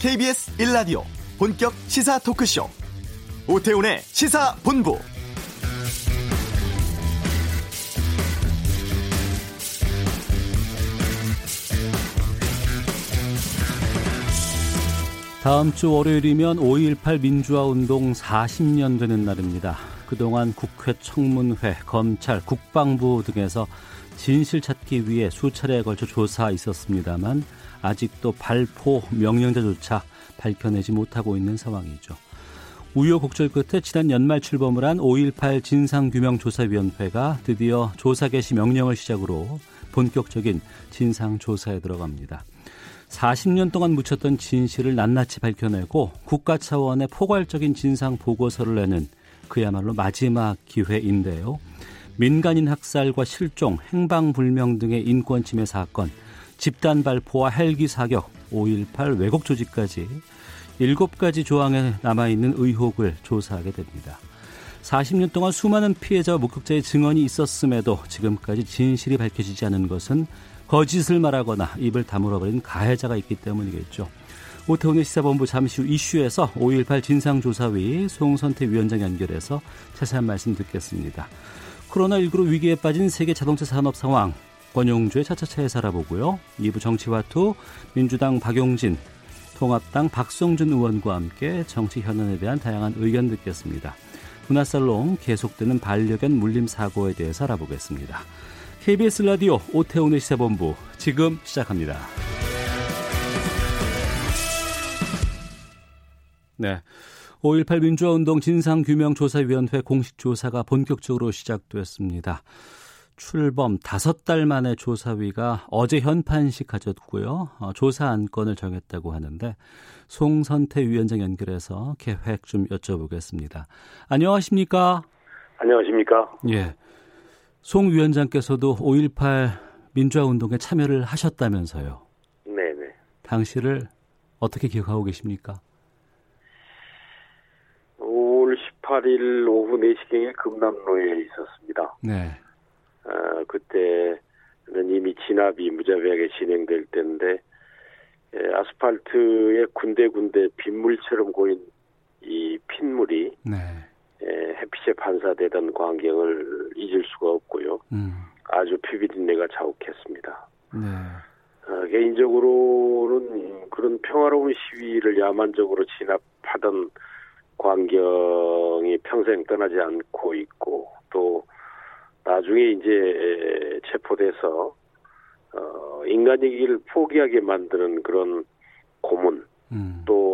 KBS 1라디오 본격 시사 토크쇼 오태훈의 시사본부 다음 주 월요일이면 5.18 민주화운동 40년 되는 날입니다. 그동안 국회 청문회, 검찰, 국방부 등에서 진실 찾기 위해 수차례에 걸쳐 조사 있었습니다만 아직도 발포 명령자조차 밝혀내지 못하고 있는 상황이죠. 우여곡절 끝에 지난 연말 출범을 한 5.18 진상규명조사위원회가 드디어 조사 개시 명령을 시작으로 본격적인 진상조사에 들어갑니다. 40년 동안 묻혔던 진실을 낱낱이 밝혀내고 국가 차원의 포괄적인 진상 보고서를 내는 그야말로 마지막 기회인데요. 민간인 학살과 실종, 행방불명 등의 인권침해 사건, 집단 발포와 헬기 사격, 5.18 왜곡 조직까지 7가지 조항에 남아있는 의혹을 조사하게 됩니다. 40년 동안 수많은 피해자와 목격자의 증언이 있었음에도 지금까지 진실이 밝혀지지 않은 것은 거짓을 말하거나 입을 다물어버린 가해자가 있기 때문이겠죠. 오태훈의 시사본부 잠시 후 이슈에서 5.18 진상조사위 송선태 위원장 연결해서 자세한 말씀 듣겠습니다. 코로나19로 위기에 빠진 세계 자동차 산업 상황, 권용주의 차차차에 살아보고요. 2부 정치와투, 민주당 박용진, 통합당 박성준 의원과 함께 정치 현안에 대한 다양한 의견 듣겠습니다. 문화살롱 계속되는 반려견 물림 사고에 대해서 알아보겠습니다. KBS 라디오 오태훈의 시사본부 지금 시작합니다. 네. 5.18 민주화운동 진상규명조사위원회 공식 조사가 본격적으로 시작됐습니다. 출범 다섯 달 만에 조사위가 어제 현판식 가졌고요. 어, 조사 안건을 정했다고 하는데 송선태 위원장 연결해서 계획 좀 여쭤보겠습니다. 안녕하십니까? 안녕하십니까? 예. 송 위원장께서도 5.18 민주화운동에 참여를 하셨다면서요. 네네. 당시를 어떻게 기억하고 계십니까? 5월 18일 오후 4시경에 금남로에 있었습니다. 네. 아, 그때는 이미 진압이 무자비하게 진행될 때인데 예, 아스팔트에 군데군데 빗물처럼 고인 이 핏물이 네. 예, 햇빛에 반사되던 광경을 잊을 수가 없고요. 음. 아주 피비린내가 자욱했습니다. 네. 아, 개인적으로는 그런 평화로운 시위를 야만적으로 진압하던 광경이 평생 떠나지 않고 있고 또 나중에 이제 체포돼서 어, 인간이기를 포기하게 만드는 그런 고문 음. 또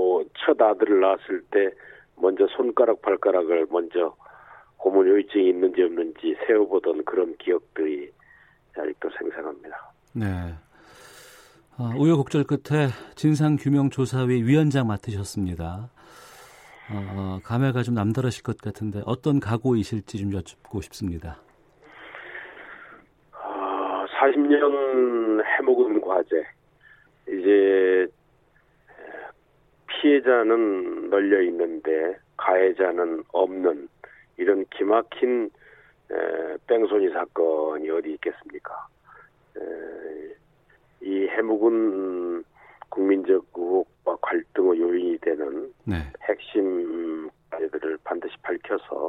첫 아들을 낳았을 때 먼저 손가락 발가락을 먼저 고문 요증이 있는지 없는지 세어보던 그런 기억들이 아직도 생생합니다. 네. 아, 우여곡절 끝에 진상규명조사위 위원장 맡으셨습니다. 어, 감회가 좀 남다르실 것 같은데 어떤 각오이실지 좀 여쭙고 싶습니다. 아, 40년 해먹은 과제. 이제 피해자는 널려 있는데 가해자는 없는 이런 기막힌 에, 뺑소니 사건이 어디 있겠습니까? 에, 이 해묵은 국민적 의혹과 갈등의 요인이 되는 네. 핵심 과제들을 반드시 밝혀서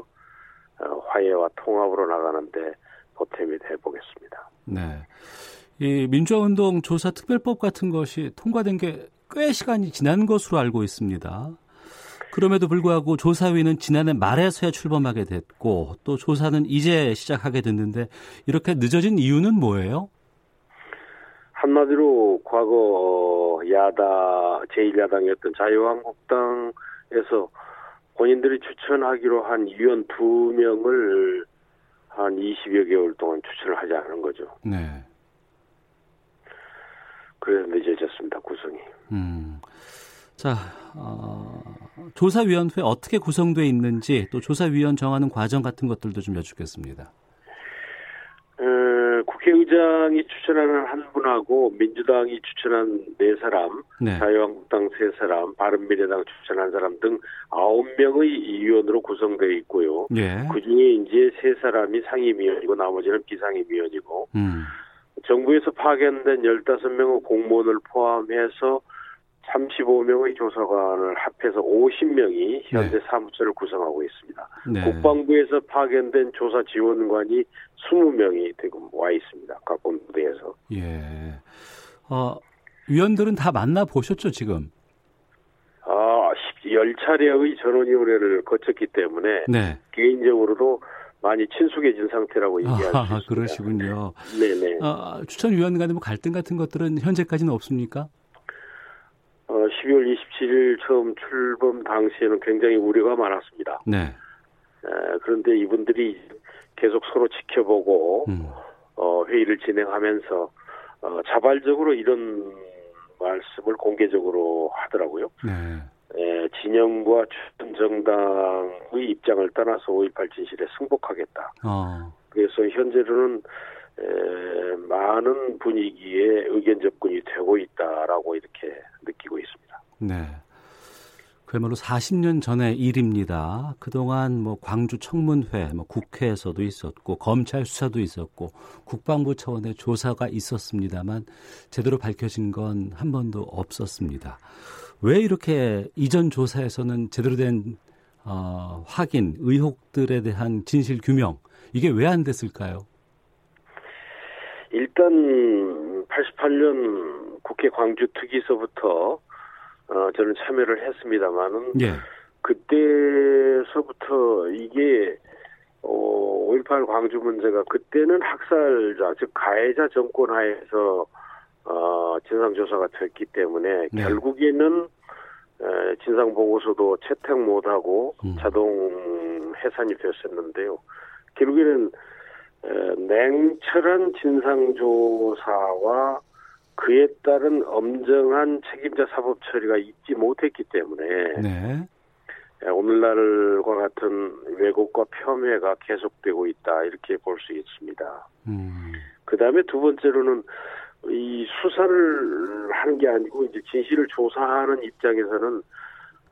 어, 화해와 통합으로 나가는데 보탬이 돼보겠습니다. 네. 이 민주화운동 조사 특별법 같은 것이 통과된 게 꽤 시간이 지난 것으로 알고 있습니다. 그럼에도 불구하고 조사위는 지난해 말에서야 출범하게 됐고 또 조사는 이제 시작하게 됐는데 이렇게 늦어진 이유는 뭐예요? 한마디로 과거 야당 제1야당이었던 자유한국당에서 본인들이 추천하기로 한 위원 두 명을 한 20여 개월 동안 추천을 하지 않은 거죠. 네. 그래서 늦어졌습니다 구성이. 음. 자, 어, 조사위원회 어떻게 구성돼 있는지 또 조사위원 정하는 과정 같은 것들도 좀 여쭙겠습니다. 에, 국회의장이 추천하는 한 분하고 민주당이 추천한 네 사람, 네. 자유한국당 세 사람, 바른미래당 추천한 사람 등 아홉 명의 위원으로 구성되어 있고요. 예. 그 중에 이제 세 사람이 상임위원이고 나머지는 비상임위원이고 음. 정부에서 파견된 15명의 공무원을 포함해서 35명의 조사관을 합해서 50명이 현재 사무처를 구성하고 있습니다. 네. 국방부에서 파견된 조사 지원관이 20명이 지금 와 있습니다. 각 본부대에서. 예. 어, 위원들은 다 만나 보셨죠 지금? 아, 10차례의 전원 의뢰를 거쳤기 때문에 네. 개인적으로도 많이 친숙해진 상태라고 얘기할 수 있습니다. 예. 아, 그러시군요. 네네. 아, 추천위원 간에 뭐 갈등 같은 것들은 현재까지는 없습니까? 어, 12월 27일 처음 출범 당시에는 굉장히 우려가 많았습니다. 네. 에, 그런데 이분들이 계속 서로 지켜보고 음. 어, 회의를 진행하면서 어, 자발적으로 이런 말씀을 공개적으로 하더라고요. 네. 에, 진영과 추천 정당의 입장을 떠나서 5.18 진실에 승복하겠다. 어. 그래서 현재로는 에, 많은 분위기에 의견 접근이 되고 있다라고 이렇게 느끼고 있습니다. 네. 그야말로 40년 전의 일입니다. 그동안 뭐 광주 청문회, 뭐 국회에서도 있었고 검찰 수사도 있었고 국방부 차원의 조사가 있었습니다만 제대로 밝혀진 건 한 번도 없었습니다. 왜 이렇게 이전 조사에서는 제대로 된 어, 확인, 의혹들에 대한 진실 규명 이게 왜 안 됐을까요? 일단 88년 국회 광주 특위서부터 어, 저는 참여를 했습니다만은 예. 그때서부터 이게 어, 5.18 광주 문제가 그때는 학살자 즉 가해자 정권 하에서 어, 진상조사가 됐기 때문에 네. 결국에는 에, 진상 보고서도 채택 못하고 음. 자동 해산이 됐었는데요. 결국에는 에, 냉철한 진상조사와 그에 따른 엄정한 책임자 사법 처리가 있지 못했기 때문에 네. 예, 오늘날과 같은 왜곡과 폄훼가 계속되고 있다 이렇게 볼 수 있습니다. 음. 그 다음에 두 번째로는 이 수사를 하는 게 아니고 이제 진실을 조사하는 입장에서는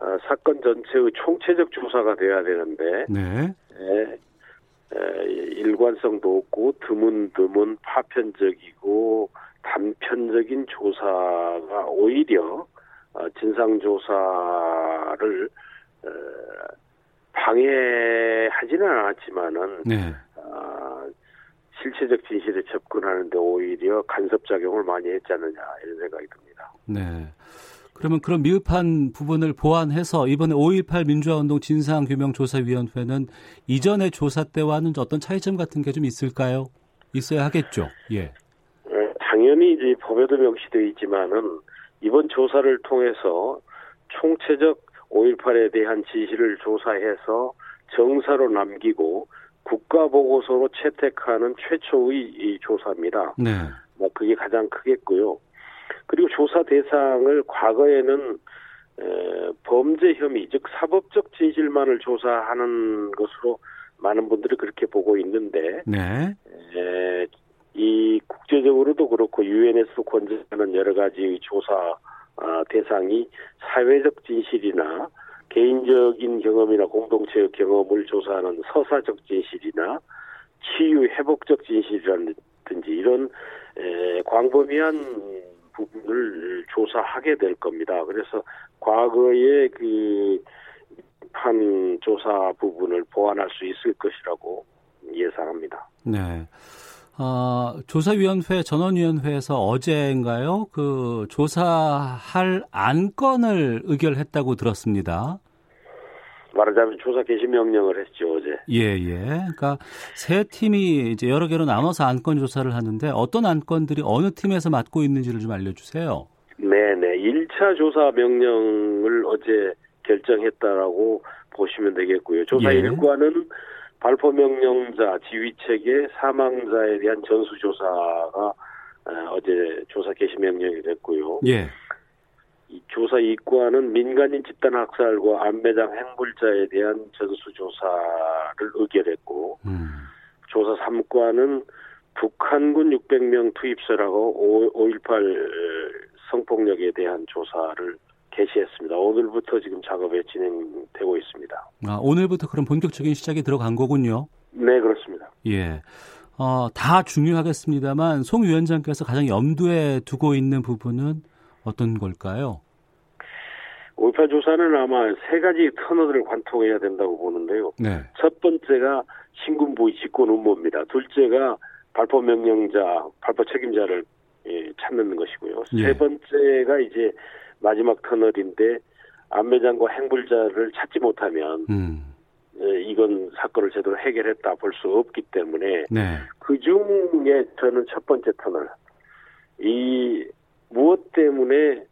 어, 사건 전체의 총체적 조사가 돼야 되는데 네. 예, 예, 일관성도 없고 드문드문 파편적이고 단편적인 조사가 오히려 어, 진상조사를 어, 방해하지는 않았지만은 네. 아, 실체적 진실에 접근하는데 오히려 간섭작용을 많이 했지 않느냐 이런 생각이 듭니다. 네. 그러면 그런 미흡한 부분을 보완해서 이번에 5.18 민주화운동 진상규명조사위원회는 이전의 조사 때와는 어떤 차이점 같은 게 좀 있을까요? 있어야 하겠죠. 예. 예, 당연히 이제 법에도 명시되어 있지만은 이번 조사를 통해서 총체적 5.18에 대한 진실을 조사해서 정사로 남기고 국가 보고서로 채택하는 최초의 이 조사입니다. 네. 뭐 그게 가장 크겠고요. 그리고 조사 대상을 과거에는 에, 범죄 혐의 즉 사법적 진실만을 조사하는 것으로 많은 분들이 그렇게 보고 있는데 네. 에, 이 국제적으로도 그렇고 유엔에서 권장하는 여러 가지 조사 아, 대상이 사회적 진실이나 개인적인 경험이나 공동체의 경험을 조사하는 서사적 진실이나 치유 회복적 진실이라든지 이런 에, 광범위한 부분을 조사하게 될 겁니다. 그래서 과거의 그판 조사 부분을 보완할 수 있을 것이라고 예상합니다. 네. 아, 조사위원회, 전원위원회에서 어제인가요? 그 조사할 안건을 의결했다고 들었습니다. 말하자면 조사 개시 명령을 했죠 어제. 예, 예. 그러니까 세 팀이 이제 여러 개로 나눠서 안건 조사를 하는데 어떤 안건들이 어느 팀에서 맡고 있는지를 좀 알려주세요. 네네. 1차 조사 명령을 어제 결정했다라고 보시면 되겠고요. 조사 예. 일과는 발포 명령자 지휘체계 사망자에 대한 전수조사가 어, 어제 조사 개시 명령이 됐고요. 예. 이 조사 2과는 민간인 집단 학살과 안매장 행불자에 대한 전수조사를 의결했고 음. 조사 3과는 북한군 600명 투입서라고 5.18 성폭력에 대한 조사를 개시했습니다. 오늘부터 지금 작업에 진행되고 있습니다. 아, 오늘부터 그럼 본격적인 시작이 들어간 거군요. 네, 그렇습니다. 예. 어, 다 중요하겠습니다만 송 위원장께서 가장 염두에 두고 있는 부분은 어떤 걸까요? 인파 조사는 아마 세 가지 터널을 관통해야 된다고 보는데요. 네. 첫 번째가 신군부의 직권 음모입니다. 둘째가 발포 명령자, 발포 책임자를 예, 찾는 것이고요. 예. 세 번째가 이제 마지막 터널인데 안매장과 행불자를 찾지 못하면 음. 예, 이건 사건을 제대로 해결했다 볼 수 없기 때문에 네. 그 중에 저는 첫 번째 터널 이 무엇 때문에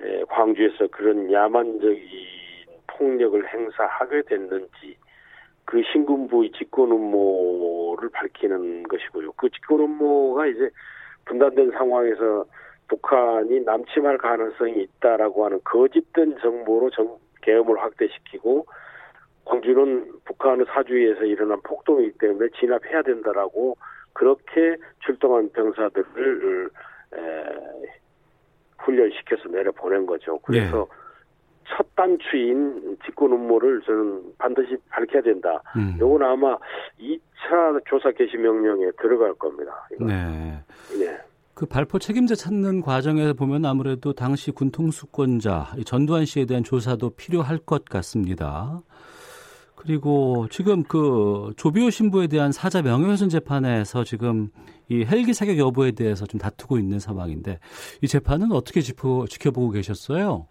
에, 광주에서 그런 야만적인 폭력을 행사하게 됐는지 그 신군부의 직권 음모를 밝히는 것이고요. 그 직권 음모가 이제 분단된 상황에서 북한이 남침할 가능성이 있다라고 하는 거짓된 정보로 정, 계엄을 확대시키고 광주는 북한 의 사주에서 일어난 폭동이기 때문에 진압해야 된다라고 그렇게 출동한 병사들을 에, 훈련시켜서 내려보낸 거죠. 그래서 첫 단추인 직권 음모를 저는 반드시 밝혀야 된다. 음. 요건 아마 2차 조사 개시 명령에 들어갈 겁니다. 이거. 네. 예. 그 발포 책임자 찾는 과정에서 보면 아무래도 당시 군통수권자 이 전두환 씨에 대한 조사도 필요할 것 같습니다. 그리고 지금 그 조비오 신부에 대한 사자 명예훼손 재판에서 지금 이 헬기 사격 여부에 대해서 좀 다투고 있는 상황인데 이 재판은 어떻게 짚어, 지켜보고 계셨어요?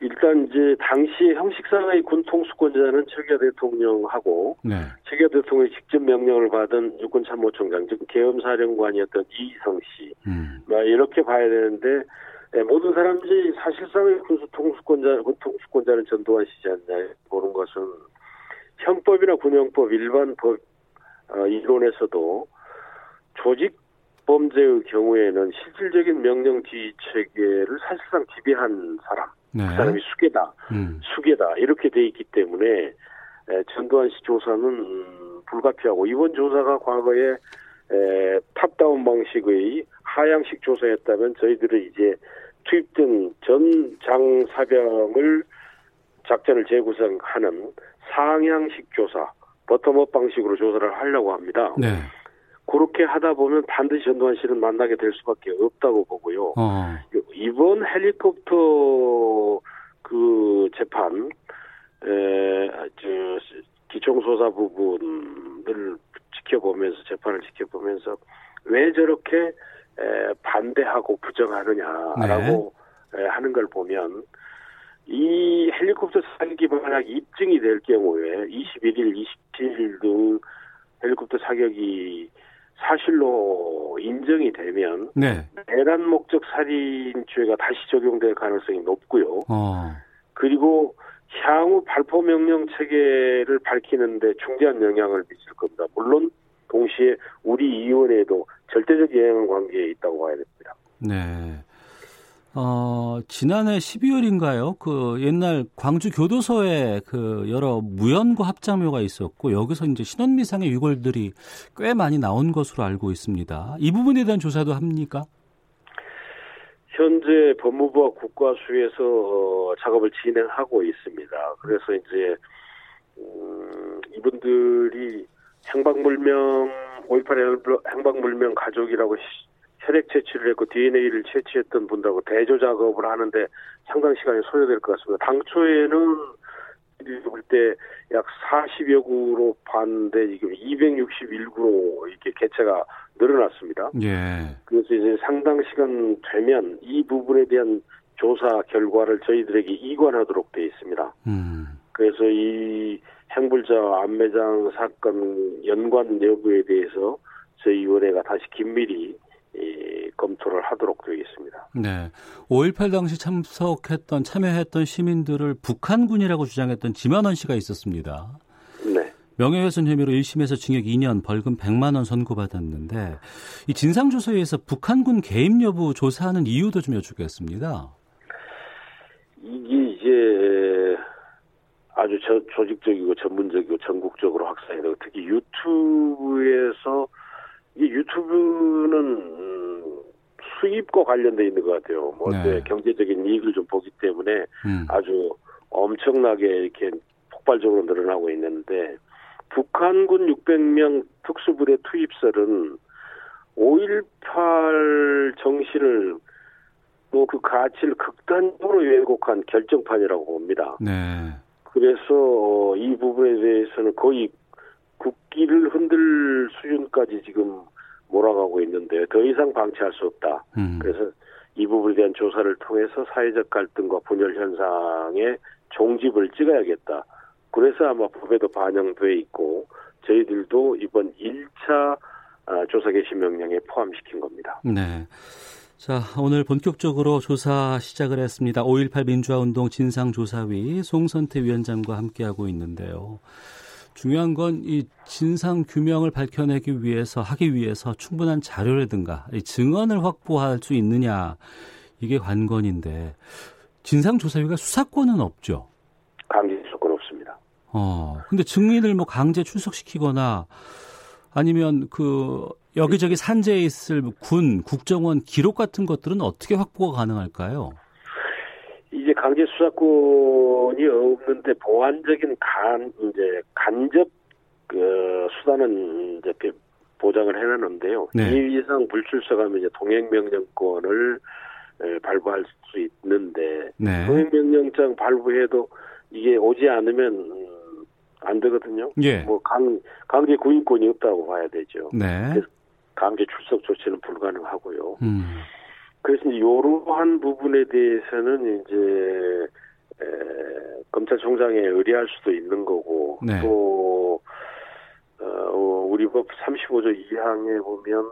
일단 이제 당시 형식상의 군 통수권자는 최규하 대통령하고 네. 최규하 대통령의 직접 명령을 받은 육군 참모총장 즉 계엄사령관이었던 이희성 씨 음. 뭐 이렇게 봐야 되는데 예, 모든 사람들이 사실상의 군수 통수권자 군 통수권자는 전두환 씨지 않냐 보는 것은 형법이나 군형법 일반 법 어, 이론에서도 조직 범죄의 경우에는 실질적인 명령 지휘 체계를 사실상 지배한 사람 네. 그 사람이 수괴다, 음. 수괴다 이렇게 돼 있기 때문에 에, 전두환 씨 조사는 음, 불가피하고 이번 조사가 과거에 에, 탑다운 방식의 하향식 조사였다면 저희들은 이제 투입된 전 장사병을 작전을 재구성하는 상향식 조사, 버텀업 방식으로 조사를 하려고 합니다. 네. 그렇게 하다 보면 반드시 전두환 씨는 만나게 될 수밖에 없다고 보고요. 어. 이번 헬리콥터 그 재판 에, 저, 기총소사 부분을 지켜보면서 재판을 지켜보면서 왜 저렇게 에, 반대하고 부정하느냐라고 에, 하는 걸 보면 이 헬리콥터 사격이 만약 입증이 될 경우에 21일, 27일 등 헬리콥터 사격이 사실로 인정이 되면 네. 대란 목적 살인죄가 다시 적용될 가능성이 높고요. 어. 그리고 향후 발포 명령 체계를 밝히는데 중대한 영향을 미칠 겁니다. 물론 동시에 우리 위원회에도 절대적 영향 관계에 있다고 봐야 됩니다. 네. 어, 지난해 12월인가요? 그 옛날 광주 교도소에 그 여러 무연고 합장묘가 있었고 여기서 이제 신원미상의 유골들이 꽤 많이 나온 것으로 알고 있습니다. 이 부분에 대한 조사도 합니까? 현재 법무부와 국과수에서 어, 작업을 진행하고 있습니다. 그래서 이제 음, 이분들이 행방불명 5.18 행방불명 가족이라고 시- 혈액 채취를 했고 DNA를 채취했던 분들하고 대조 작업을 하는데 상당 시간이 소요될 것 같습니다. 당초에는 볼때약 40여 구로 봤는데 지금 261구로 이렇게 개체가 늘어났습니다. 예. 그래서 이제 상당 시간 되면 이 부분에 대한 조사 결과를 저희들에게 이관하도록 돼 있습니다. 음. 그래서 이 행불자 안매장 사건 연관 여부에 대해서 저희 위원회가 다시 긴밀히 예, 검토를 하도록 되어 있습니다. 네. 5.18 당시 참석했던 참여했던 시민들을 북한군이라고 주장했던 지만원 씨가 있었습니다. 네. 명예훼손 혐의로 1심에서 징역 2년, 벌금 100만 원 선고받았는데 이 진상조사위에서 북한군 개입 여부 조사하는 이유도 좀 여쭙겠습니다. 이게 이제 아주 저, 조직적이고 전문적이고 전국적으로 확산이 되고 특히 유튜브에서 이 유튜브는 음, 수입과 관련돼 있는 것 같아요. 뭐 네. 네. 경제적인 이익을 좀 보기 때문에 음. 아주 엄청나게 이렇게 폭발적으로 늘어나고 있는데 북한군 600명 특수부대 투입설은 5.18 정신을 뭐 그 가치를 극단적으로 왜곡한 결정판이라고 봅니다. 네. 그래서 어, 이 부분에 대해서는 거의 국기를 흔들 수준까지 지금 몰아가고 있는데 더 이상 방치할 수 없다. 음. 그래서 이 부분에 대한 조사를 통해서 사회적 갈등과 분열 현상의 종집을 찍어야겠다. 그래서 아마 법에도 반영돼 있고 저희들도 이번 1차 아, 조사 개시 명령에 포함시킨 겁니다. 네. 자, 오늘 본격적으로 조사 시작을 했습니다. 5.18 민주화운동 진상조사위 송선태 위원장과 함께하고 있는데요. 중요한 건 이 진상 규명을 밝혀내기 위해서 하기 위해서 충분한 자료라든가 이 증언을 확보할 수 있느냐 이게 관건인데 진상조사위가 수사권은 없죠. 강제 수사권 없습니다. 어 근데 증인을 뭐 강제 출석시키거나 아니면 그 여기저기 산재에 있을 군 국정원 기록 같은 것들은 어떻게 확보가 가능할까요? 이제 강제 수사권이 없는데 보완적인 간 이제 간접 그 수단은 이제 비- 보장을 해놨는데요. 네. 이 이상 불출석하면 이제 동행명령권을 에, 발부할 수 있는데 네. 동행명령장 발부해도 이게 오지 않으면 음, 안 되거든요. 예. 뭐 강 강제 구인권이 없다고 봐야 되죠. 네. 강제 출석 조치는 불가능하고요. 음. 그래서 이제 이러한 부분에 대해서는 이제 에, 검찰총장에 의뢰할 수도 있는 거고 네. 또 어, 우리 법 35조 2항에 보면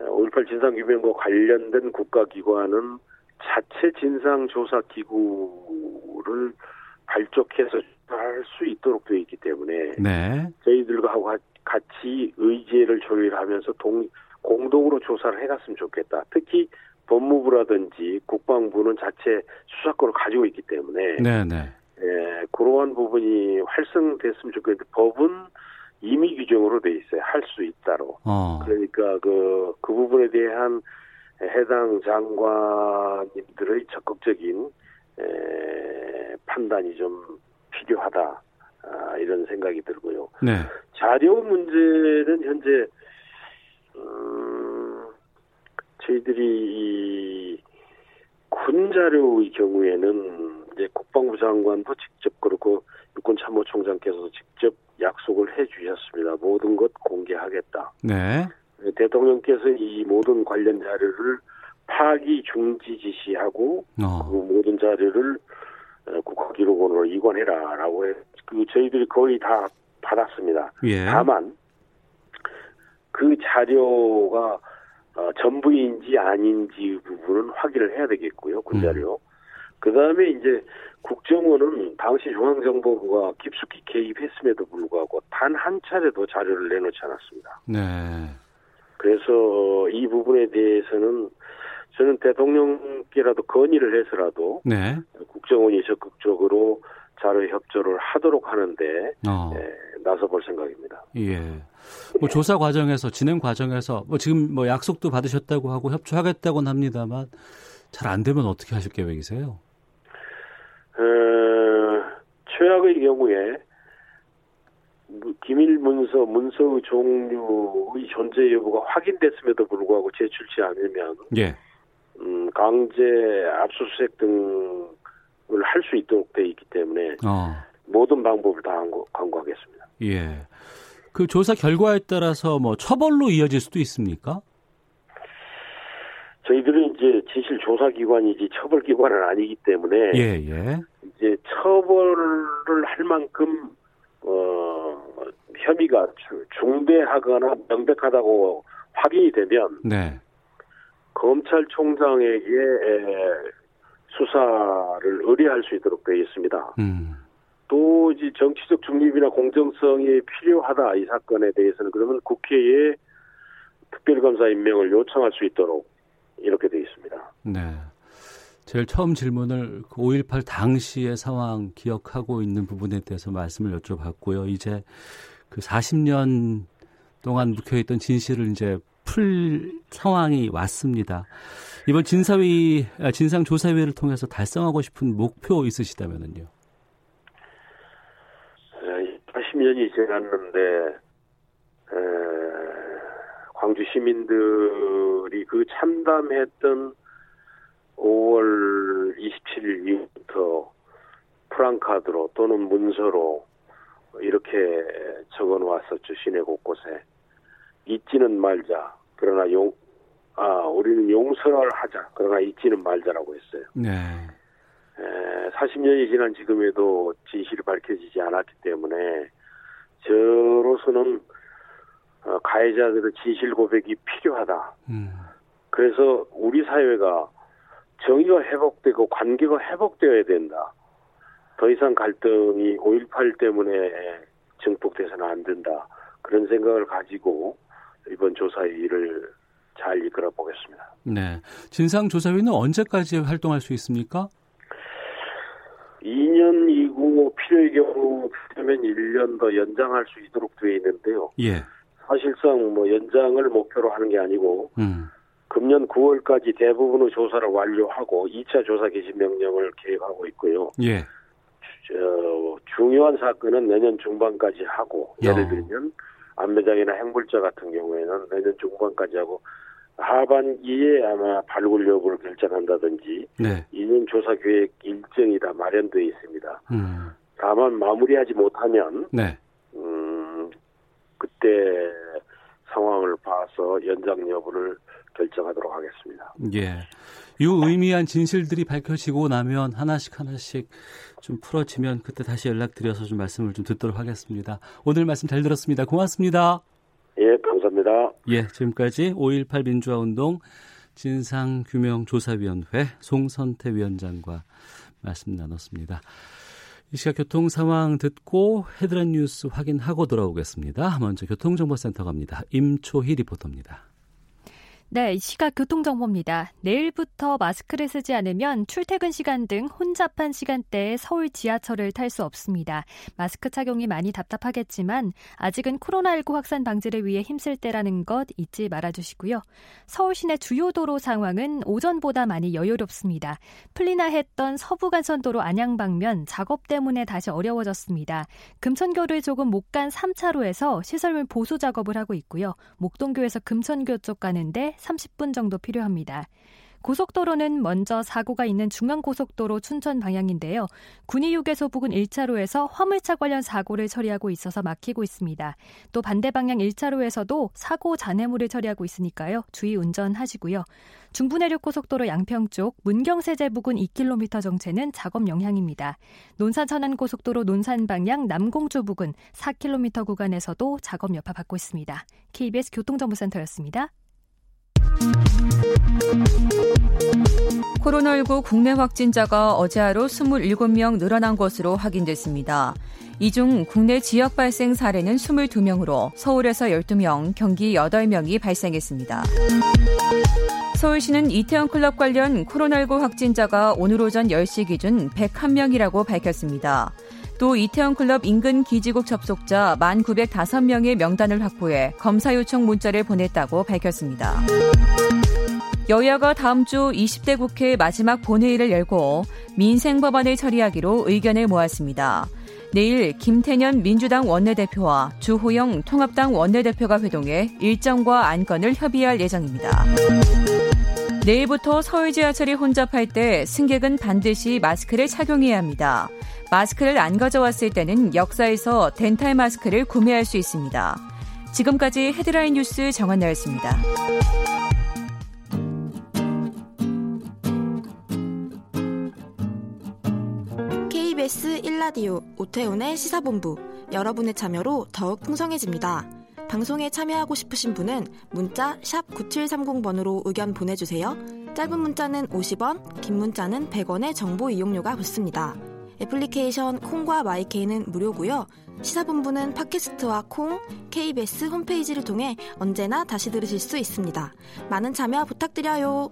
5.18 진상규명과 관련된 국가기관은 자체 진상조사기구를 발족해서 할 수 있도록 되어 있기 때문에 네. 저희들과 하고 하- 같이 의제를 조율하면서 동, 공동으로 조사를 해갔으면 좋겠다. 특히 법무부라든지 국방부는 자체 수사권을 가지고 있기 때문에 네, 네. 예, 그러한 부분이 활성됐으면 좋겠는데 법은 임의 규정으로 돼 있어요. 할 수 있다로. 어. 그러니까 그, 그 부분에 대한 해당 장관님들의 적극적인 에, 판단이 좀 필요하다. 아, 이런 생각이 들고요. 네. 자료 문제는 현재 음, 저희들이 이군 자료의 경우에는 이제 국방부 장관도 직접 그렇고 육군 참모총장께서도 직접 약속을 해주셨습니다. 모든 것 공개하겠다. 네. 대통령께서 이 모든 관련 자료를 파기 중지 지시하고 그 어. 모든 자료를 어, 국가기록원으로 이관해라라고 해. 그 저희들이 거의 다 받았습니다. 예. 다만 그 자료가 어, 전부인지 아닌지 부분은 확인을 해야 되겠고요. 그 음. 자료. 그 다음에 이제 국정원은 당시 중앙정보부가 깊숙이 개입했음에도 불구하고 단 한 차례도 자료를 내놓지 않았습니다. 네. 그래서 이 부분에 대해서는 저는 대통령께라도 건의를 해서라도 네. 국정원이 적극적으로 자료 협조를 하도록 하는데 어. 예, 나서볼 생각입니다. 예. 뭐 조사 과정에서 진행 과정에서 뭐 지금 뭐 약속도 받으셨다고 하고 협조하겠다고는 합니다만 잘 안 되면 어떻게 하실 계획이세요? 어, 최악의 경우에 무- 기밀 문서, 문서의 종류의 존재 여부가 확인됐음에도 불구하고 제출치 않으면 예. 음, 강제 압수수색 등을 할 수 있도록 돼 있기 때문에 어. 모든 방법을 다 강구- 강구하겠습니다. 예. 그 조사 결과에 따라서 뭐 처벌로 이어질 수도 있습니까? 저희들은 이제 진실 조사 기관이지 처벌 기관은 아니기 때문에 예, 예. 이제 처벌을 할 만큼 어 혐의가 주- 중대하거나 명백하다고 확인이 되면 네. 검찰총장에게 에, 수사를 의뢰할 수 있도록 되어 있습니다. 음. 또 이제 정치적 중립이나 공정성이 필요하다 이 사건에 대해서는 그러면 국회에 특별검사 임명을 요청할 수 있도록 이렇게 되어 있습니다. 네. 제일 처음 질문을 그5.18 당시의 상황 기억하고 있는 부분에 대해서 말씀을 여쭤봤고요. 이제 그 40년 동안 묵혀있던 진실을 이제 풀 상황이 왔습니다. 이번 진사위, 아, 진상조사위를 통해서 달성하고 싶은 목표 있으시다면요. 에, 80년이 지났는데 에, 광주 시민들이 그 참담했던 5월 27일 이후부터 프랑카드로 또는 문서로 이렇게 적어 놓았었죠. 시내 곳곳에. 잊지는 말자. 그러나 용, 아, 우리는 용서를 하자. 그러나 잊지는 말자라고 했어요. 네. 에, 40년이 지난 지금에도 진실이 밝혀지지 않았기 때문에 저로서는 어, 가해자들의 진실 고백이 필요하다. 음. 그래서 우리 사회가 정의가 회복되고 관계가 회복되어야 된다. 더 이상 갈등이 5.18 때문에 증폭돼서는 안 된다. 그런 생각을 가지고 이번 조사의 일을 잘 이끌어 보겠습니다. 네. 진상조사위는 언제까지 활동할 수 있습니까? 2년 이고 필요의 경우 그러면 1년 더 연장할 수 있도록 되어 있는데요. 예. 사실상 뭐 연장을 목표로 하는 게 아니고 음. 금년 9월까지 대부분의 조사를 완료하고 2차 조사 개시 명령을 계획하고 있고요. 예. 저, 중요한 사건은 내년 중반까지 하고 야. 예를 들면 안매장이나 행불자 같은 경우에는 내년 중반까지 하고 하반기에 아마 발굴 여부를 결정한다든지 네. 2년 조사 계획 일정이 다 마련되어 있습니다. 음. 다만 마무리하지 못하면 네. 음, 그때 상황을 봐서 연장 여부를 결정하도록 하겠습니다. 예. 유의미한 진실들이 밝혀지고 나면 하나씩 하나씩 좀 풀어지면 그때 다시 연락드려서 좀 말씀을 좀 듣도록 하겠습니다. 오늘 말씀 잘 들었습니다. 고맙습니다. 예, 감사합니다. 예, 지금까지 5.18 민주화운동 진상규명조사위원회 송선태 위원장과 말씀 나눴습니다. 이 시각 교통 상황 듣고 헤드라인 뉴스 확인하고 돌아오겠습니다. 먼저 교통정보센터 갑니다. 임초희 리포터입니다. 네, 이 시각 교통정보입니다. 내일부터 마스크를 쓰지 않으면 출퇴근 시간 등 혼잡한 시간대에 서울 지하철을 탈 수 없습니다. 마스크 착용이 많이 답답하겠지만 아직은 코로나19 확산 방지를 위해 힘쓸 때라는 것 잊지 말아주시고요. 서울 시내 주요 도로 상황은 오전보다 많이 여유롭습니다. 풀리나 했던 서부간선도로 안양 방면 작업 때문에 다시 어려워졌습니다. 금천교를 조금 못 간 3차로에서 시설물 보수 작업을 하고 있고요. 목동교에서 금천교 쪽 가는데 30분 정도 필요합니다. 고속도로는 먼저 사고가 있는 중앙고속도로 춘천 방향인데요. 군위휴게소 부근 1차로에서 화물차 관련 사고를 처리하고 있어서 막히고 있습니다. 또 반대 방향 1차로에서도 사고 잔해물을 처리하고 있으니까요. 주의 운전하시고요. 중부내륙고속도로 양평 쪽 문경세제 부근 2km 정체는 작업 영향입니다. 논산 천안고속도로 논산 방향 남공주 부근 4km 구간에서도 작업 여파 받고 있습니다. KBS 교통정보센터였습니다. 코로나19 국내 확진자가 어제 하루 27명 늘어난 것으로 확인됐습니다. 이 중 국내 지역 발생 사례는 22명으로 서울에서 12명, 경기 8명이 발생했습니다. 서울시는 이태원 클럽 관련 코로나19 확진자가 오늘 오전 10시 기준 101명이라고 밝혔습니다. 또 이태원 클럽 인근 기지국 접속자 1,905명의 명단을 확보해 검사 요청 문자를 보냈다고 밝혔습니다. 여야가 다음 주 20대 국회 마지막 본회의를 열고 민생 법안을 처리하기로 의견을 모았습니다. 내일 김태년 민주당 원내대표와 주호영 통합당 원내대표가 회동해 일정과 안건을 협의할 예정입니다. 내일부터 서울 지하철이 혼잡할 때 승객은 반드시 마스크를 착용해야 합니다. 마스크를 안 가져왔을 때는 역사에서 덴탈 마스크를 구매할 수 있습니다. 지금까지 헤드라인 뉴스 정한나였습니다. KBS 1라디오 오태훈의 시사본부 여러분의 참여로 더욱 풍성해집니다. 방송에 참여하고 싶으신 분은 문자 샵 9730번으로 의견 보내주세요. 짧은 문자는 50원, 긴 문자는 100원의 정보 이용료가 붙습니다. 애플리케이션 콩과 마이케이는 무료고요. 시사본부는 팟캐스트와 콩, KBS 홈페이지를 통해 언제나 다시 들으실 수 있습니다. 많은 참여 부탁드려요.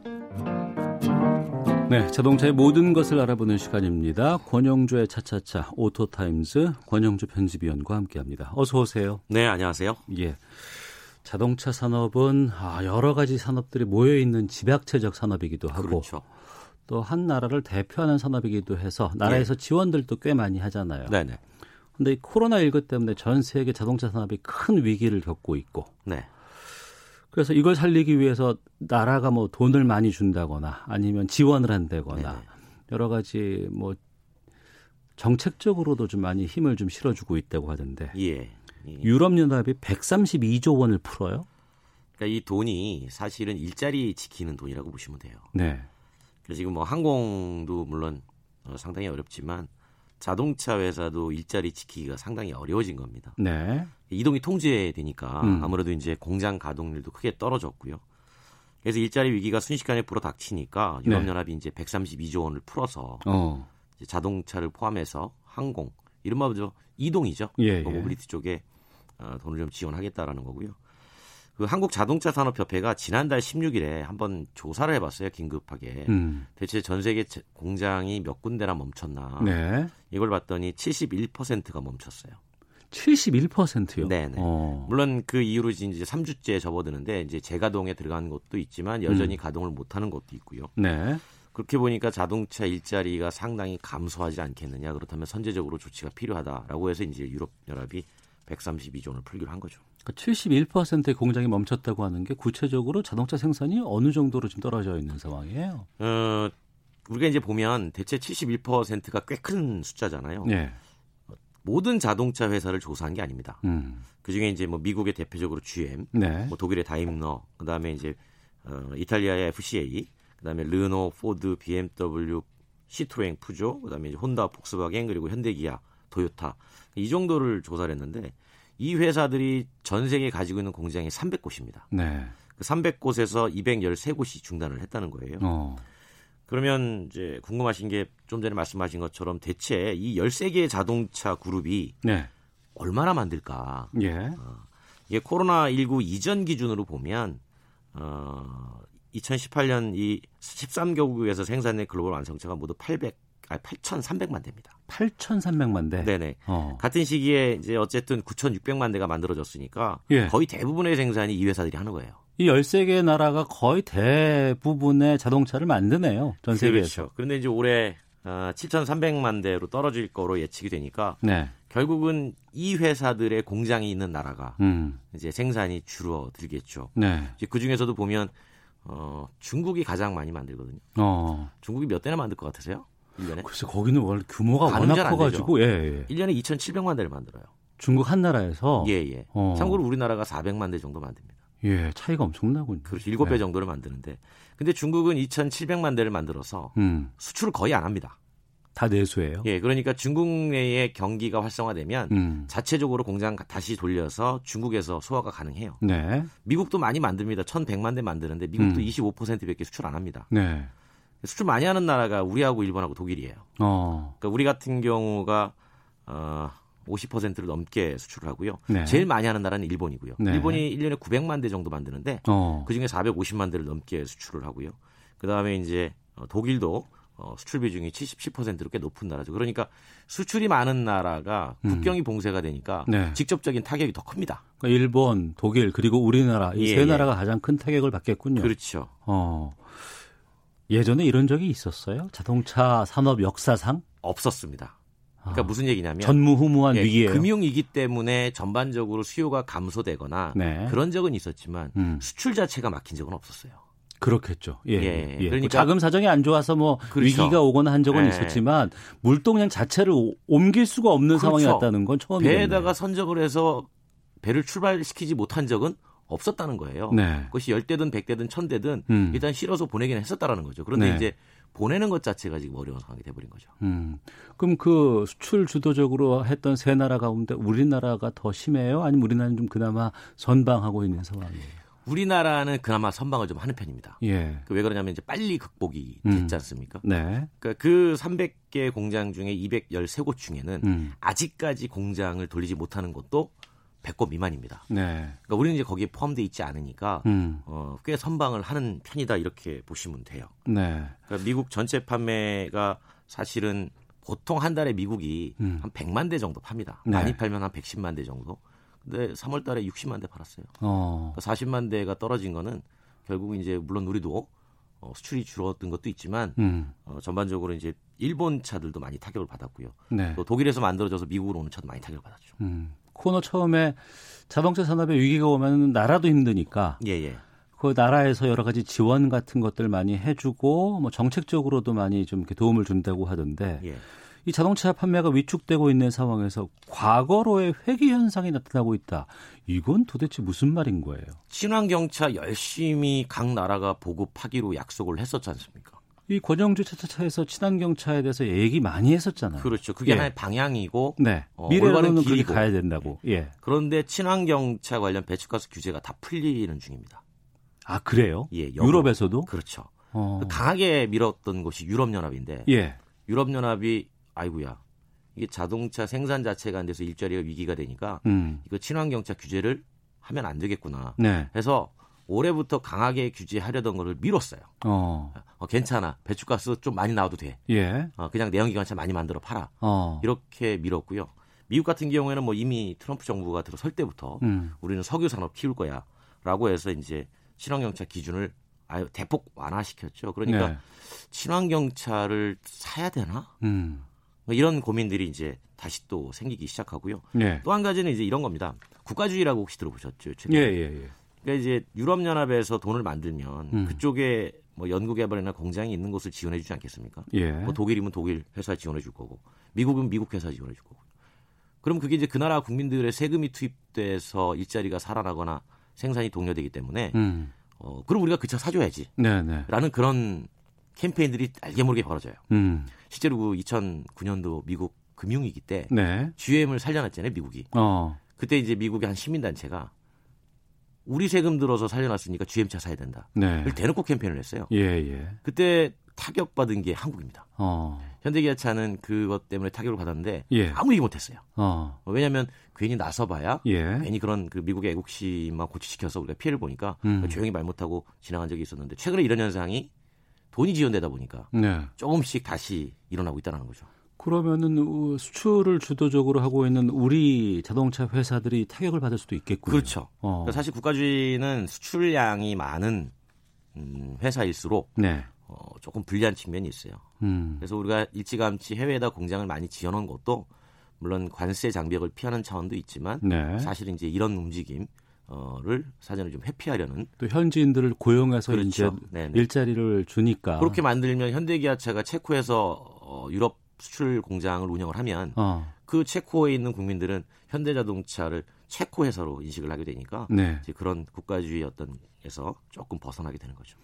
네, 자동차의 모든 것을 알아보는 시간입니다. 권영주의 차차차 오토타임즈 권영주 편집위원과 함께합니다. 어서 오세요. 네, 안녕하세요. 예. 자동차 산업은 아, 여러 가지 산업들이 모여 있는 집약체적 산업이기도 하고 그렇죠. 또 한 나라를 대표하는 산업이기도 해서 나라에서 지원들도 꽤 많이 하잖아요. 예. 네, 네. 근데 이 코로나 19 때문에 전 세계 자동차 산업이 큰 위기를 겪고 있고 네. 그래서 이걸 살리기 위해서 나라가 뭐 돈을 많이 준다거나 아니면 지원을 한다거나 네네. 여러 가지 뭐 정책적으로도 좀 많이 힘을 좀 실어주고 있다고 하던데 예. 예. 유럽연합이 132조 원을 풀어요. 그러니까 이 돈이 사실은 일자리 지키는 돈이라고 보시면 돼요. 네. 그래서 지금 뭐 항공도 물론 어, 상당히 어렵지만 자동차 회사도 일자리 지키기가 상당히 어려워진 겁니다. 네. 이동이 통제되니까 음. 아무래도 이제 공장 가동률도 크게 떨어졌고요. 그래서 일자리 위기가 순식간에 불어닥치니까 네. 유럽연합이 이제 132조 원을 풀어서 어. 이제 자동차를 포함해서 항공 이른바 저 이동이죠. 예, 그 예. 모빌리티 쪽에 어, 돈을 좀 지원하겠다라는 거고요. 그 한국 자동차 산업협회가 지난달 16일에 한번 조사를 해봤어요. 긴급하게 음. 대체 전 세계 제- 공장이 몇 군데나 멈췄나 네. 이걸 봤더니 71%가 멈췄어요. 71%요. 네네. 어. 물론 그 이후로 이제 3주째 접어드는데 이제 재가동에 들어간 것도 있지만 여전히 음. 가동을 못하는 것도 있고요. 네. 그렇게 보니까 자동차 일자리가 상당히 감소하지 않겠느냐 그렇다면 선제적으로 조치가 필요하다라고 해서 이제 유럽 연합이 132조 원을 풀기로 한 거죠. 그러니까 71%의 공장이 멈췄다고 하는 게 구체적으로 자동차 생산이 어느 정도로 지금 떨어져 있는 상황이에요. 어, 우리가 이제 보면 대체 71%가 꽤 큰 숫자잖아요. 네. 모든 자동차 회사를 조사한 게 아닙니다. 음. 그 중에 이제 뭐 미국의 대표적으로 GM, 네. 뭐 독일의 다임러, 그다음에 이제 어, 이탈리아의 FCA, 그다음에 르노, 포드, BMW, 시트로엥, 푸조, 그다음에 이제 혼다, 폭스바겐 그리고 현대기아, 도요타 이 정도를 조사를 했는데 이 회사들이 전 세계 에 가지고 있는 공장이 300곳입니다. 네. 그 300곳에서 213곳이 중단을 했다는 거예요. 어. 그러면 이제 궁금하신 게 좀 전에 말씀하신 것처럼 대체 이 13개의 자동차 그룹이 네. 얼마나 만들까? 예. 이게 코로나 19 이전 기준으로 보면 어 2018년 이 13개국에서 생산된 글로벌 완성차가 모두 800 아, 8,300만 대입니다. 8,300만 대. 네, 네. 어. 같은 시기에 이제 어쨌든 9,600만 대가 만들어졌으니까 예. 거의 대부분의 생산이 이 회사들이 하는 거예요. 이 13개 나라가 거의 대부분의 자동차를 만드네요. 전 세계에서. 그렇죠. 그런데 이제 올해 어, 7,300만 대로 떨어질 거로 예측이 되니까 네. 결국은 이 회사들의 공장이 있는 나라가 음. 이제 생산이 줄어들겠죠. 네. 이제 그 중에서도 보면 어, 중국이 가장 많이 만들거든요. 어. 중국이 몇 대나 만들 것 같으세요? 1년에? 글쎄 거기는 원 규모가 가늠 워낙 잘안 커 가지고 예, 예. 1년에 2,700만 대를 만들어요. 중국 한 나라에서 예, 예. 어. 참고로 우리나라가 400만 대 정도 만듭니다. 예, 차이가 엄청나군요. 그렇죠. 7배 네. 정도를 만드는데. 근데 중국은 2,700만 대를 만들어서 음. 수출을 거의 안 합니다. 다 내수예요. 예, 그러니까 중국 내의 경기가 활성화되면 음. 자체적으로 공장 다시 돌려서 중국에서 소화가 가능해요. 네. 미국도 많이 만듭니다. 1,100만 대 만드는데 미국도 음. 25%밖에 수출 안 합니다. 네. 수출 많이 하는 나라가 우리하고 일본하고 독일이에요. 어. 그러니까 우리 같은 경우가 어, 50%를 넘게 수출을 하고요. 네. 제일 많이 하는 나라는 일본이고요. 네. 일본이 1년에 900만 대 정도 만드는데 어. 그중에 450만 대를 넘게 수출을 하고요. 그다음에 이제 어, 독일도 어, 수출 비중이 77%로 꽤 높은 나라죠. 그러니까 수출이 많은 나라가 국경이 봉쇄가 되니까 음. 네. 직접적인 타격이 더 큽니다. 그러니까 일본, 독일 그리고 우리나라 이 세 예, 예. 나라가 가장 큰 타격을 받겠군요. 그렇죠. 어. 예전에 이런 적이 있었어요? 자동차 산업 역사상 없었습니다. 그러니까 무슨 얘기냐면 아. 전무후무한 예, 위기예요. 금융이기 때문에 전반적으로 수요가 감소되거나 네. 그런 적은 있었지만 음. 수출 자체가 막힌 적은 없었어요. 그렇겠죠. 예. 예, 예. 그러니까- 뭐 자금 사정이 안 좋아서 뭐 그렇죠. 위기가 오거나 한 적은 예. 있었지만 물동량 자체를 오- 옮길 수가 없는 그렇죠. 상황이었다는 건 처음이에요. 배에다가 선적을 해서 배를 출발시키지 못한 적은 없었다는 거예요. 네. 그것이 열 대든 백 대든 천 대든 음. 일단 실어서 보내기는 했었다라는 거죠. 그런데 네. 이제 보내는 것 자체가 지금 어려운 상황이 돼버린 거죠. 음. 그럼 그 수출 주도적으로 했던 세 나라 가운데 우리나라가 더 심해요? 아니면 우리나라는 좀 그나마 선방하고 있는 상황이에요? 우리나라는 그나마 선방을 좀 하는 편입니다. 예. 그왜 그러냐면 이제 빨리 극복이 음. 됐지 않습니까? 네. 그러니까 그 300개 공장 중에 213곳 중에는 음. 아직까지 공장을 돌리지 못하는 것도 100곳 미만입니다. 네. 그러니까 우리는 이제 거기에 포함돼 있지 않으니까 음. 어, 꽤 선방을 하는 편이다 이렇게 보시면 돼요. 네. 그러니까 미국 전체 판매가 사실은 보통 한 달에 미국이 음. 한 100만 대 정도 팝니다. 네. 많이 팔면 한 110만 대 정도. 근데 3월 달에 60만 대 팔았어요. 어. 그러니까 40만 대가 떨어진 거는 결국 이제 물론 우리도 어, 수출이 줄었던 것도 있지만 음. 어, 전반적으로 이제 일본 차들도 많이 타격을 받았고요. 네. 또 독일에서 만들어져서 미국으로 오는 차도 많이 타격을 받았죠. 음. 코너 처음에 자동차 산업에 위기가 오면 나라도 힘드니까 예, 예. 그 나라에서 여러 가지 지원 같은 것들 많이 해주고 뭐 정책적으로도 많이 좀 이렇게 도움을 준다고 하던데 예. 이 자동차 판매가 위축되고 있는 상황에서 과거로의 회귀 현상이 나타나고 있다. 이건 도대체 무슨 말인 거예요? 친환경차 열심히 각 나라가 보급하기로 약속을 했었지 않습니까? 이 권영주 차차차에서 친환경차에 대해서 얘기 많이 했었잖아요. 그렇죠. 그게 예. 하나의 방향이고 네. 어, 미래로는 올바른 그렇게 길이고. 가야 된다고. 예. 그런데 친환경차 관련 배출가스 규제가 다 풀리는 중입니다. 아, 그래요? 예, 영어. 유럽에서도? 그렇죠. 어. 강하게 밀었던 것이 유럽연합인데 예. 유럽연합이 아이고야 이게 자동차 생산 자체가 안 돼서 일자리가 위기가 되니까 음. 이거 친환경차 규제를 하면 안 되겠구나. 네. 해서 올해부터 강하게 규제하려던 거를 밀었어요. 어. 어, 괜찮아. 배출가스 좀 많이 나와도 돼. 예. 어, 그냥 내연기관차 많이 만들어 팔아. 어. 이렇게 밀었고요. 미국 같은 경우에는 뭐 이미 트럼프 정부가 들어설 때부터 음. 우리는 석유 산업 키울 거야라고 해서 이제 친환경차 기준을 아유 대폭 완화시켰죠. 그러니까 네. 친환경차를 사야 되나 음. 뭐 이런 고민들이 이제 다시 또 생기기 시작하고요. 예. 또 한 가지는 이제 이런 겁니다. 국가주의라고 혹시 들어보셨죠? 예, 최근에? 예, 예. 그러니까 이제 유럽연합에서 돈을 만들면 음. 그쪽에 뭐 연구개발이나 공장이 있는 곳을 지원해주지 않겠습니까? 예. 뭐 독일이면 독일 회사 지원해 줄 거고 미국은 미국 회사 지원해 줄 거고 그럼 그게 이제 그 나라 국민들의 세금이 투입돼서 일자리가 살아나거나 생산이 독려되기 때문에 음. 어, 그럼 우리가 그 차 사줘야지 네, 네. 라는 그런 캠페인들이 알게 모르게 벌어져요 음. 실제로 그 2009년도 미국 금융위기 때 네. GM을 살려놨잖아요 미국이 어. 그때 이제 미국의 한 시민단체가 우리 세금 들어서 살려놨으니까 GM차 사야 된다 네. 를 대놓고 캠페인을 했어요 예, 예. 그때 타격받은 게 한국입니다 어. 현대기아차는 그것 때문에 타격을 받았는데 예. 아무 얘기 못했어요. 어. 왜냐하면 괜히 나서봐야 예. 괜히 그런 그 미국의 애국심만 고취시켜서 우리가 피해를 보니까 음. 조용히 말 못하고 지나간 적이 있었는데 최근에 이런 현상이 돈이 지원되다 보니까 네. 조금씩 다시 일어나고 있다는 거죠. 그러면은 우- 수출을 주도적으로 하고 있는 우리 자동차 회사들이 타격을 받을 수도 있겠군요. 그렇죠. 어. 그러니까 사실 국가주의는 수출량이 많은 음, 회사일수록 네. 어, 조금 불리한 측면이 있어요. 음. 그래서 우리가 일찌감치 해외에다 공장을 많이 지어놓은 것도 물론 관세 장벽을 피하는 차원도 있지만 네. 사실은 이제 이런 움직임을 사전에 좀 회피하려는 또 현지인들을 고용해서 이제 그렇죠. 네, 네. 일자리를 아. 주니까 그렇게 만들면 현대기아차가 체코에서 어, 유럽 수출 공장을 운영을 하면 어. 그 체코에 있는 국민들은 현대자동차를 체코 회사로 인식을 하게 되니까 네. 이제 그런 국가주의 어떤 에서 조금 벗어나게 되는 거죠.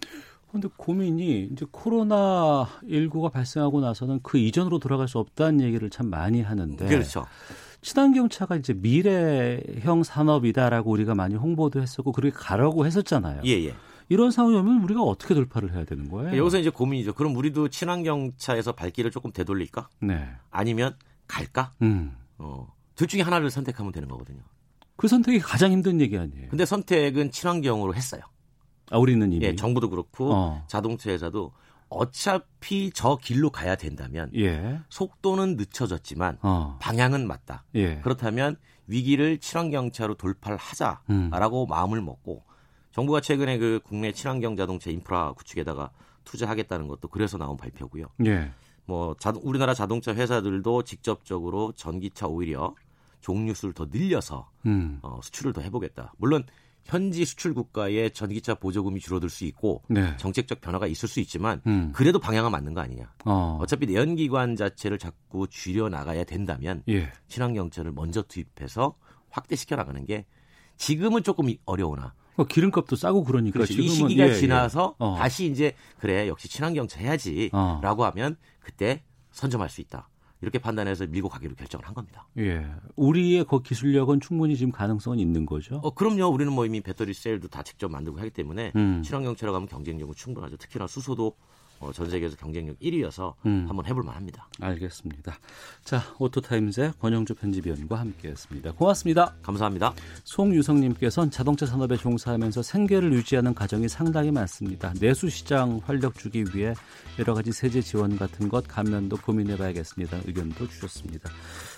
근데 고민이 이제 코로나 19가 발생하고 나서는 그 이전으로 돌아갈 수 없다는 얘기를 참 많이 하는데 그렇죠. 친환경차가 이제 미래형 산업이다라고 우리가 많이 홍보도 했었고 그렇게 가라고 했었잖아요. 예, 예. 이런 상황이 오면 우리가 어떻게 돌파를 해야 되는 거예요? 여기서 이제 고민이죠. 그럼 우리도 친환경차에서 발길을 조금 되돌릴까? 네. 아니면 갈까? 음. 어, 둘 중에 하나를 선택하면 되는 거거든요. 그 선택이 가장 힘든 얘기 아니에요. 근데 선택은 친환경으로 했어요. 아, 우리는 이미 예, 정부도 그렇고 어. 자동차 회사도 어차피 저 길로 가야 된다면 예. 속도는 늦춰졌지만 어. 방향은 맞다. 예. 그렇다면 위기를 친환경차로 돌파를 음. 하자라고 마음을 먹고 정부가 최근에 그 국내 친환경 자동차 인프라 구축에다가 투자하겠다는 것도 그래서 나온 발표고요. 예. 뭐 자- 우리나라 자동차 회사들도 직접적으로 전기차 오히려 종류수를 더 늘려서 음. 어, 수출을 더 해보겠다. 물론 현지 수출 국가의 전기차 보조금이 줄어들 수 있고 네. 정책적 변화가 있을 수 있지만 음. 그래도 방향은 맞는 거 아니냐. 어. 어차피 내연기관 자체를 자꾸 줄여 나가야 된다면 예. 친환경차를 먼저 투입해서 확대시켜 나가는 게 지금은 조금 이- 어려우나 그 기름값도 싸고 그러니까 그렇죠. 이 지금은- 시기가 예, 예. 지나서 어. 다시 이제 그래 역시 친환경차 어. 해야지라고 하면 그때 선점할 수 있다 이렇게 판단해서 밀고 가기로 결정을 한 겁니다. 예. 우리의 그 기술력은 충분히 지금 가능성은 있는 거죠. 어, 그럼요. 우리는 뭐 이미 배터리 셀도 다 직접 만들고 하기 때문에 음. 친환경차로 가면 경쟁력은 충분하죠. 특히나 수소도 어, 전 세계에서 경쟁력 1위여서 음. 한번 해볼 만합니다. 알겠습니다. 자, 오토타임즈의 권영주 편집위원과 함께했습니다. 고맙습니다. 감사합니다. 송유성님께서는 자동차 산업에 종사하면서 생계를 유지하는 가정이 상당히 많습니다. 내수 시장 활력 주기 위해 여러 가지 세제 지원 같은 것 감면도 고민해봐야겠습니다. 의견도 주셨습니다.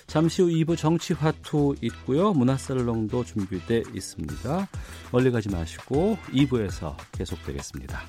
잠시 후 2부 정치화투 있고요. 문화살롱도 준비돼 있습니다. 멀리 가지 마시고 2부에서 계속되겠습니다.